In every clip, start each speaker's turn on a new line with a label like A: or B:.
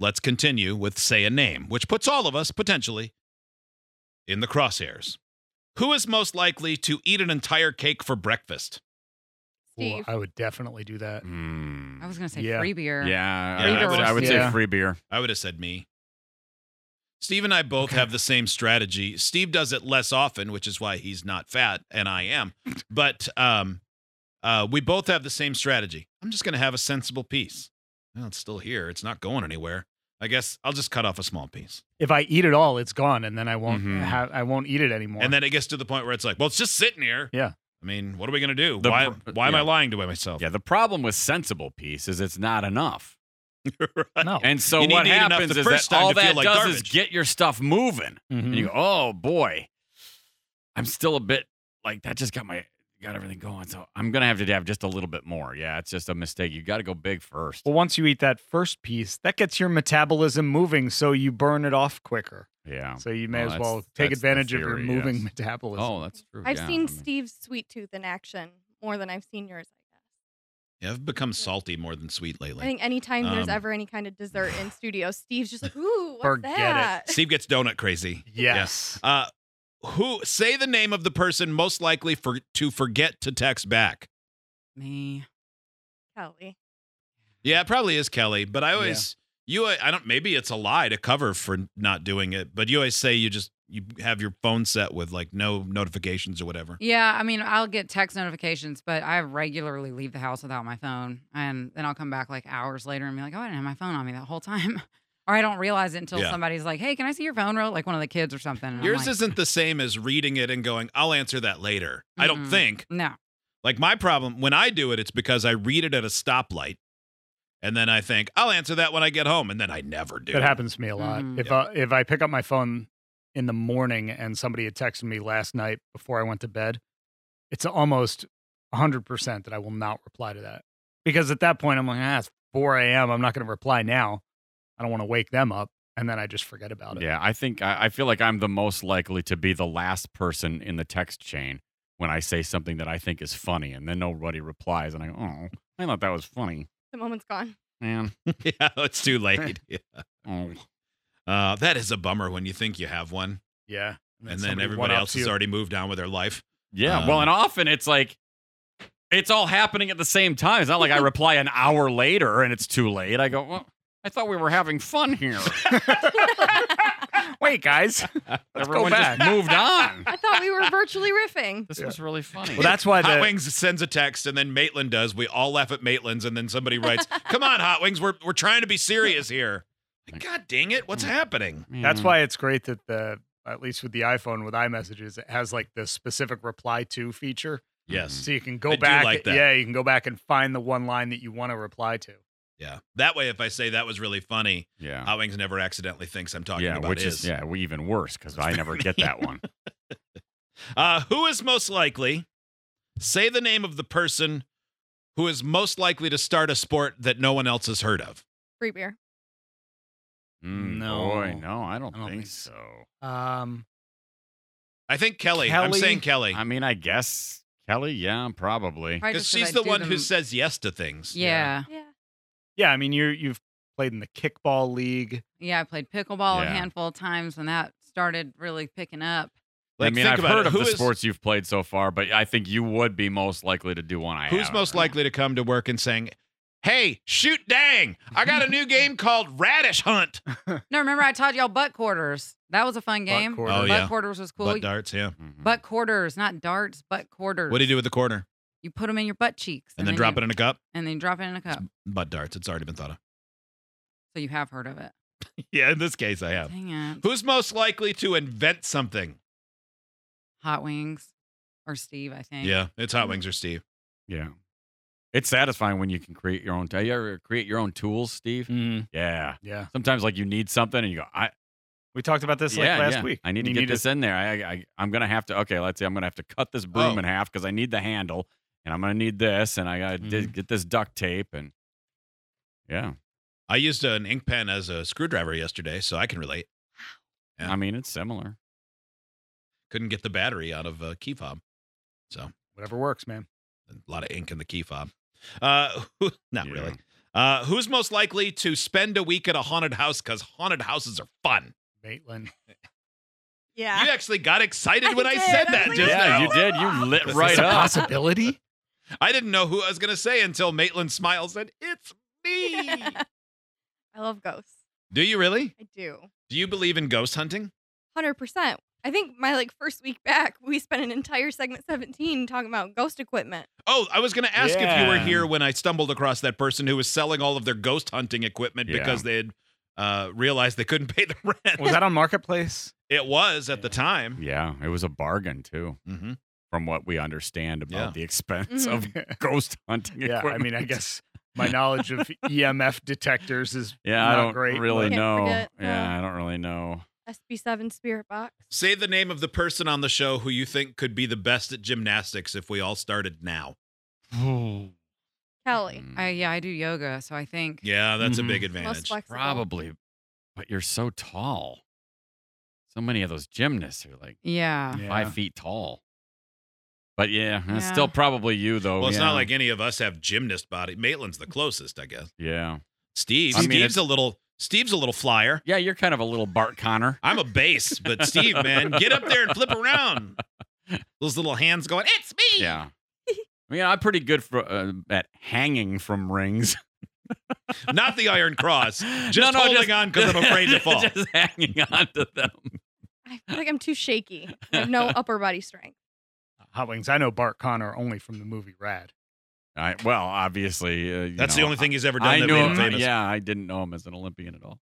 A: let's continue with Say a Name, which puts all of us, potentially, in the crosshairs. Who is most likely to eat an entire cake for breakfast?
B: Steve.
C: I would definitely do that.
B: I was going to say
C: Yeah.
B: free beer.
D: Mm. Yeah, I-
A: Free
D: I would,
A: beer.
D: I would
C: Yeah.
D: say free beer.
A: I would have said me. Steve and I both
C: Okay.
A: have the same strategy. Steve does it less often, which is why he's not fat and I am. But um, uh, we both have the same strategy. I'm just going to have a sensible piece. Well, it's still here. It's not going anywhere. I guess I'll just cut off a small piece.
C: If I eat it all, it's gone, and then I won't
D: Mhm.
C: have I won't eat it anymore.
A: And then it gets to the point where it's like, well, it's just sitting here.
C: Yeah.
A: I mean, what are we going to do?
D: The
A: why
D: pr-
A: why am I
D: yeah.
A: lying to myself?
D: Yeah, the problem with sensible piece is it's not enough.
A: Right.
C: no.
D: uh, And so
A: You need
D: what
A: to eat enough
D: happens
A: the
D: is
A: first
D: that
A: time
D: all
A: to feel
D: that
A: like
D: does is
A: garbage. Mm-hmm.
D: get your stuff moving.
C: Mhm.
D: And you go, oh boy, I'm still a bit like that. Just got my got everything going, so I'm gonna have to have just a little bit more. Yeah, it's just a mistake. You got to go big first.
C: well, once you eat that first piece, that gets your metabolism moving, so you burn it off quicker.
D: Yeah.
C: So you may
D: Well,
C: as
D: Oh. that's-
C: well take
D: that's the
C: advantage of your
D: theory,
C: moving
D: yes.
C: metabolism.
D: Oh, that's true.
B: I've
D: yeah,
E: seen
D: I mean-
E: Steve's sweet tooth in action more than I've seen yours.
A: Yeah, I've become salty more than sweet
E: I
A: lately.
E: think anytime
A: Um,
E: there's ever any kind of dessert in studio, Steve's just like, ooh, what's
C: Forget it.
E: that?
A: Steve gets donut crazy.
C: Yes.
A: Uh, who say the name of the person most likely for to forget to text back?
B: Me.
E: Kelly.
A: Yeah, it probably is Kelly, but I always you I don't maybe it's a lie to cover for not doing it, but you always say you just you have your phone set with like no notifications or whatever.
B: Yeah, I mean, I'll get text notifications, but I regularly leave the house without my phone. And then I'll come back like hours later and be like, oh, I didn't have my phone on me that whole time. or I don't realize it until
A: Yeah.
B: somebody's like, hey, can I see your phone real? Like one of the kids or something. and I'm
A: Yours
B: like,
A: isn't the same as reading it and going, "I'll answer that later." I don't
B: Mm-mm.
A: think.
B: No.
A: Like my problem when I do it, it's because I read it at a stoplight, and then I think I'll answer that when I get home, and then I never do.
C: That happens to me a lot.
B: Mhm.
C: If I, if I pick up my phone in the morning and somebody had texted me last night before I went to bed, it's almost 100% that I will not reply to that. Because at that point, I'm like, ah, it's 4 a.m. I'm not going to reply now. I don't want to wake them up. And then I just forget about it.
D: Yeah, I think I, I feel like I'm the most likely to be the last person in the text chain when I say something that I think is funny, and then nobody replies, and I go, "Oh, I thought that was funny,
E: The moment's gone.
D: man."
A: yeah, it's too late. Yeah.
D: Oh,
A: Uh, that is a bummer when you think you have one,
C: Yeah.
A: and then
C: somebody
A: everybody
C: one-ups
A: else has
C: you.
A: already moved on with their life.
D: yeah.
A: Um,
D: well, and often it's like it's all happening at the same time. It's not like I reply an hour later and it's too late. I go, "Well, I thought we were having fun here."
C: Wait, guys. Let's go
D: Everyone just
C: back.
D: moved on.
E: I thought we were virtually riffing.
D: This
C: Yeah.
D: was really funny.
C: Well, that's why
A: Hot
C: the,
A: Wings sends a text, and then Maitland does. We all laugh at Maitland's, and then somebody writes, "Come on, Hot Wings, we're we're trying to be serious here." Like, God dang it, what's happening?
C: That's
D: Yeah.
C: why it's great that the at least with the iPhone with iMessages, it has like the specific reply to feature.
A: Yes,
D: Mm.
C: So you can go
A: I do
C: back.
A: like that.
C: Yeah, you can go back and find the one line that you want to reply to.
A: yeah. That way, if I say that was really funny,
D: Yeah.
A: Hot Wings never accidentally thinks I'm talking
D: yeah,
A: about
D: which
A: his.
D: is, yeah, we even worse because I never get that one.
A: Uh, who is most likely? Say the name of the person who is most likely to start a sport that no one else has heard of.
E: Free beer.
D: Mm,
C: No.
D: boy, no, I don't,
C: I don't
D: think,
C: think
D: so.
C: Um,
A: I think Kelly. I'm
C: Kelly?
A: saying Kelly
D: I mean, I guess Kelly, yeah, probably.
B: Probably
A: because
B: just 'cause
A: she's
B: I
A: the
B: do
A: one who
B: them-
A: says yes to things.
B: Yeah.
E: Yeah.
C: yeah, I mean you you've played in the kickball league.
B: Yeah, I played pickleball a
D: Yeah.
B: handful of times when that started really picking up.
A: Like,
D: I mean,
A: think
D: I've
A: about
D: heard
A: it.
D: of
A: Who
D: the
A: is-
D: sports you've played so far, but I think you would be most likely to do one. I
A: Who's
D: haven't.
A: most likely to come to work and saying, "Hey, shoot, dang! I got a new game called Radish Hunt."
B: No, remember I taught y'all butt quarters. That was a fun game.
C: quarters. Oh,
A: yeah.
B: quarters was cool.
A: Butt darts, yeah.
D: Mhm.
B: Butt quarters, not darts, butt quarters.
A: What do you do with the corner?
B: You put them in your butt cheeks,
A: And, then drop
B: you,
A: it in a cup.
B: and then you drop it in a cup.
A: Butt darts. It's already been thought of.
B: So you have heard of it.
A: Yeah, in this case, I have.
B: Dang it,
A: Who's most likely to invent something?
B: hot wings or Steve, I think.
A: Yeah, it's
B: Hmm.
A: Hot Wings or Steve.
D: yeah, it's satisfying when you can create your own. You ever create your own tools, Steve? Yeah.
C: Mm. Yeah,
D: Sometimes like you need something and you go, I
C: we talked about this like
D: yeah,
C: last
D: yeah,
C: week.
D: I need
C: You
D: to get this in there. I, I I'm gonna have to. Okay, let's see. I'm gonna have to cut this broom
A: Oh.
D: in half because I need the handle, and I'm gonna need this, and I gotta di- get this duct tape, and yeah.
A: I used an ink pen as a screwdriver yesterday, so I can relate. Yeah.
D: I mean, it's similar.
A: Couldn't get the battery out of a key fob, so
C: whatever works, man.
A: a lot of ink in the key fob. Uh, not
D: Yeah.
A: really. Uh, who's most likely to spend a week at a haunted house? Because haunted houses are fun.
C: Maitland.
E: Yeah.
A: You actually got excited
E: I
A: when I
E: did.
A: said
E: I
A: that
E: was like,
A: just now.
D: yeah, you did. You lit
C: Is
D: right
C: this a
D: up.
C: possibility?
A: I didn't know who I was going to say until Maitland smiled said, It's me.
E: I love ghosts.
A: Do you really?
E: I do.
A: Do you believe in ghost hunting?
E: Hundred percent. I think my like first week back, we spent an entire segment seventeen talking about ghost equipment.
A: Oh, I was going to ask if you were
D: Yeah.
A: here when I stumbled across that person who was selling all of their ghost hunting equipment
D: Yeah.
A: because they had uh, realized they couldn't pay the rent.
C: Was that on Marketplace?
A: it was at the time.
D: Yeah, it was a bargain too,
A: Mm-hmm.
D: from what we understand about
A: Yeah.
D: the expense
E: Mhm.
D: of ghost hunting.
C: yeah, I mean, I
D: equipment.
C: guess my knowledge of EMF detectors is
D: Yeah, I
C: not
D: don't
C: great,
D: really
E: but-
D: know.
E: Can't forget,
D: yeah,
E: uh,
D: I don't really know.
E: SB seven spirit box.
A: Say the name of the person on the show who you think could be the best at gymnastics if we all started now.
E: Kelly.
D: Mm,
B: I, yeah, I do yoga, so I think.
A: Yeah, that's
D: Mm-hmm.
C: Mhm.
A: a big
E: Most
A: advantage.
E: flexible.
D: probably, but you're so tall. So many of those gymnasts are like
B: Yeah.
C: Yeah.
D: five feet tall. But yeah, it's
B: Yeah.
D: still probably you though.
A: Well, it's
D: yeah.
A: not like any of us have gymnast body. Maitland's the closest, I guess.
D: yeah,
A: Steve.
D: I mean,
A: Steve's
D: it's-
A: a little. Steve's a little flyer.
D: yeah. You're kind of a little Bart Connor.
A: I'm a bass, but Steve, man, get up there and flip around. Those little hands going, it's me.
D: Yeah. I mean, I'm pretty good for uh, at hanging from rings.
A: Not the Iron Cross. Just
D: no, no,
A: holding
D: just,
A: on because I'm afraid to fall.
D: just hanging on to them.
E: I feel like I'm too shaky. I have no upper body strength.
C: Hot Wings. I know Bart Connor only from the movie Rad.
D: I, well, obviously, uh, you
A: That's
D: know,
A: the only thing he's ever done
D: I
A: that
D: knew
A: made
D: him.
A: him famous.
D: Yeah, I didn't know him as an Olympian at all.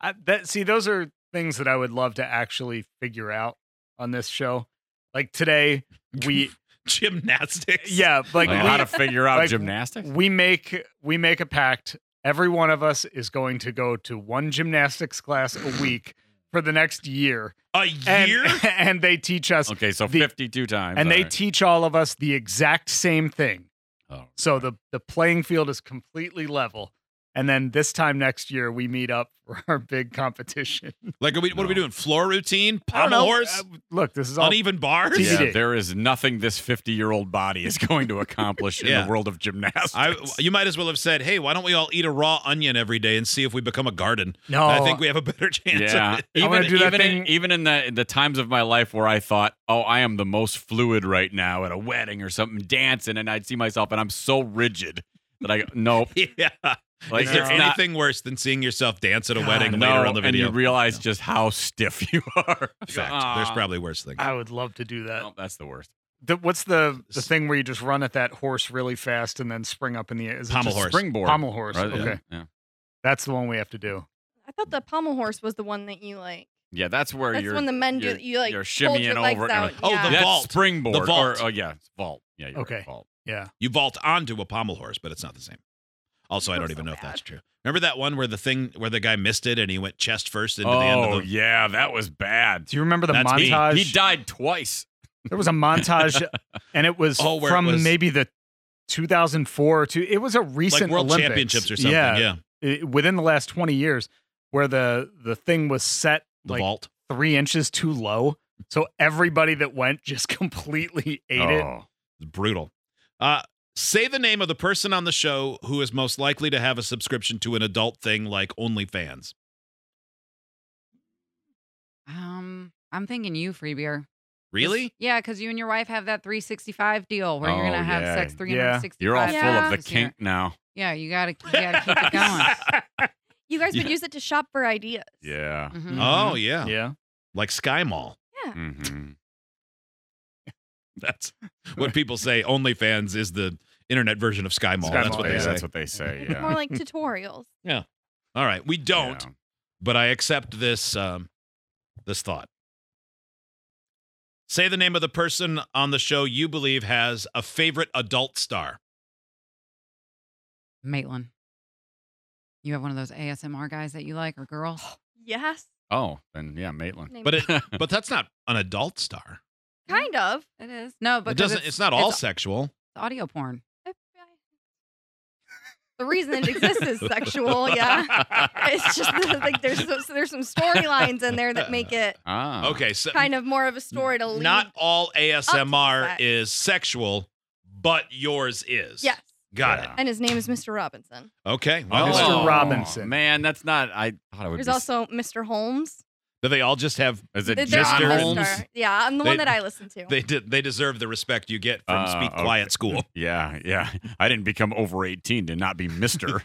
C: I, that see, those are things that I would love to actually figure out on this show. Like today, we
A: Gymnastics.
C: yeah, like,
D: Like,
C: we,
D: how to figure out
C: like,
D: gymnastics?
C: we make we make a pact. Every one of us is going to go to one gymnastics class a week for the next year,
A: A
C: and
A: year?
C: and they teach us,
D: Okay, so
C: the-
D: 52 times.
C: and
D: all
C: they
D: right.
C: teach all of us the exact same thing.
D: oh.
C: So the the playing field is completely level. And then this time next year, we meet up for our big competition.
A: like, are we, what are we
D: No.
A: doing? Floor routine?
C: I don't know.
A: Pommel horse?
C: Uh, look, this is all.
A: uneven bars?
C: TV
D: yeah,
C: TBD.
D: there is nothing this 50 year old body is going to accomplish in
A: Yeah.
D: the world of gymnastics.
A: I, you might as well have said, hey, why don't we all eat a raw onion every day and see if we become a garden?
C: no,
A: I think we have a better chance. of
D: Oh. yeah,
A: it.
C: wanna
D: even,
C: do that
D: even, in,
C: thing-
D: even in the the times of my life where I thought, oh, I am the most fluid right now at a wedding or something, dancing, and I'd see myself, and I'm so rigid that I go, nope.
A: Yeah.
D: Like
A: Is there
D: it's not,
A: anything worse than seeing yourself dance at a
C: God,
A: wedding
D: no,
A: later on the video?
D: and you realize just how stiff you are.
A: In fact, there's
D: Ah,
A: probably worse things.
C: I would love to do that.
D: no, that's the worst.
C: The- what's the the thing where you just run at that horse really fast and then spring up in the air? Is it
A: Pommel
C: just-
A: horse.
D: Springboard,
C: Pommel horse.
D: right? Yeah,
C: Okay,
D: yeah.
C: that's the one we have to do.
E: I thought the pommel horse was the one that you like.
D: Yeah, that's where
E: That's
D: you're.
E: when the men do
D: you're-
E: that. You like
D: you're
E: fold your
D: shimmying
E: legs
D: over and
E: out.
D: like,
A: oh,
E: yeah.
A: the
D: that's
A: vault.
D: springboard.
A: The vault.
D: Or, oh yeah, vault. Yeah, you're
C: Okay.
D: Right, vault.
C: Yeah,
A: You vault onto a pommel horse, but it's not the same. Also, I
E: That
A: don't
E: was
A: even
E: so
A: know if
E: bad.
A: that's true. Remember that one where the thing where the guy missed it and he went chest first into
D: oh
A: the end of the
D: yeah, that was bad.
C: do you remember the
A: That's me.
C: montage?
D: He died twice.
C: There was a montage, and it was
A: Oh, where it
C: from
A: was-
C: maybe the 2004 to it was a recent
A: like world
C: Olympics.
A: championships or something? Yeah,
C: Yeah, i- within the last 20 years, where the the thing was set
A: the
C: like
A: vault.
C: three inches too low, so everybody that went just completely ate it.
D: oh.
A: It's brutal. Uh, say the name of the person on the show who is most likely to have a subscription to an adult thing like OnlyFans.
B: Um, I'm thinking you, free beer. 'Cause-
A: Really?
B: Yeah, because you and your wife have that 365 deal where you're
D: Oh,
B: gonna have
D: yeah.
B: sex
D: Yeah.
B: 365.
D: You're all full of the
B: times a year.
D: kink now.
B: Yeah, you gotta, you gotta keep it going.
E: You guys would
D: Yeah.
E: use it to shop for ideas.
D: Yeah.
B: Mhm.
E: Mm-hmm.
A: Oh yeah.
C: Yeah,
A: like Sky Mall.
D: Mm-hmm.
A: That's what people say. OnlyFans is the internet version of Sky Mall.
C: Sky
A: that's
C: Mall,
A: what they
C: yeah.
A: say.
D: That's what they say.
E: It's
D: Yeah.
E: more like tutorials.
A: All right, we don't.
D: Yeah.
A: but I accept this um, this thought. Say the name of the person on the show you believe has a favorite adult star.
B: Maitland, you have one of those ASMR guys that you like or girls?
E: Yes.
D: Oh, then yeah, Maitland.
E: Name
A: But
E: it.
A: it, but that's not an adult star.
E: kind of.
B: It is. No, but
A: it doesn't. It's, not all sexual.
B: audio porn.
E: The reason it exists is sexual, yeah. It's just like there's so, so there's some storylines in there that make it
D: Ah.
A: Okay, so
E: kind of more of a story to lead.
A: not all ASMR
E: that.
A: is sexual, but yours is.
E: yes.
A: Got
D: Yeah.
E: and his name is Mr. Robinson.
A: it. Okay. Well,
C: Mr.
A: uh,
D: Oh,
C: Robinson.
D: Man, that's not. I thought it would
E: There's
D: be.
E: also Mr. Holmes.
A: do they all just have?
D: is it
E: They're
D: John
E: on the
A: Holmes?
E: star. Yeah, I'm the
A: They-
E: one that I listen to.
A: They de- they deserve the respect you get from
D: Uh,
A: Speak
D: okay.
A: Quiet School.
D: Yeah, yeah. I didn't become over 18 to not be Mister.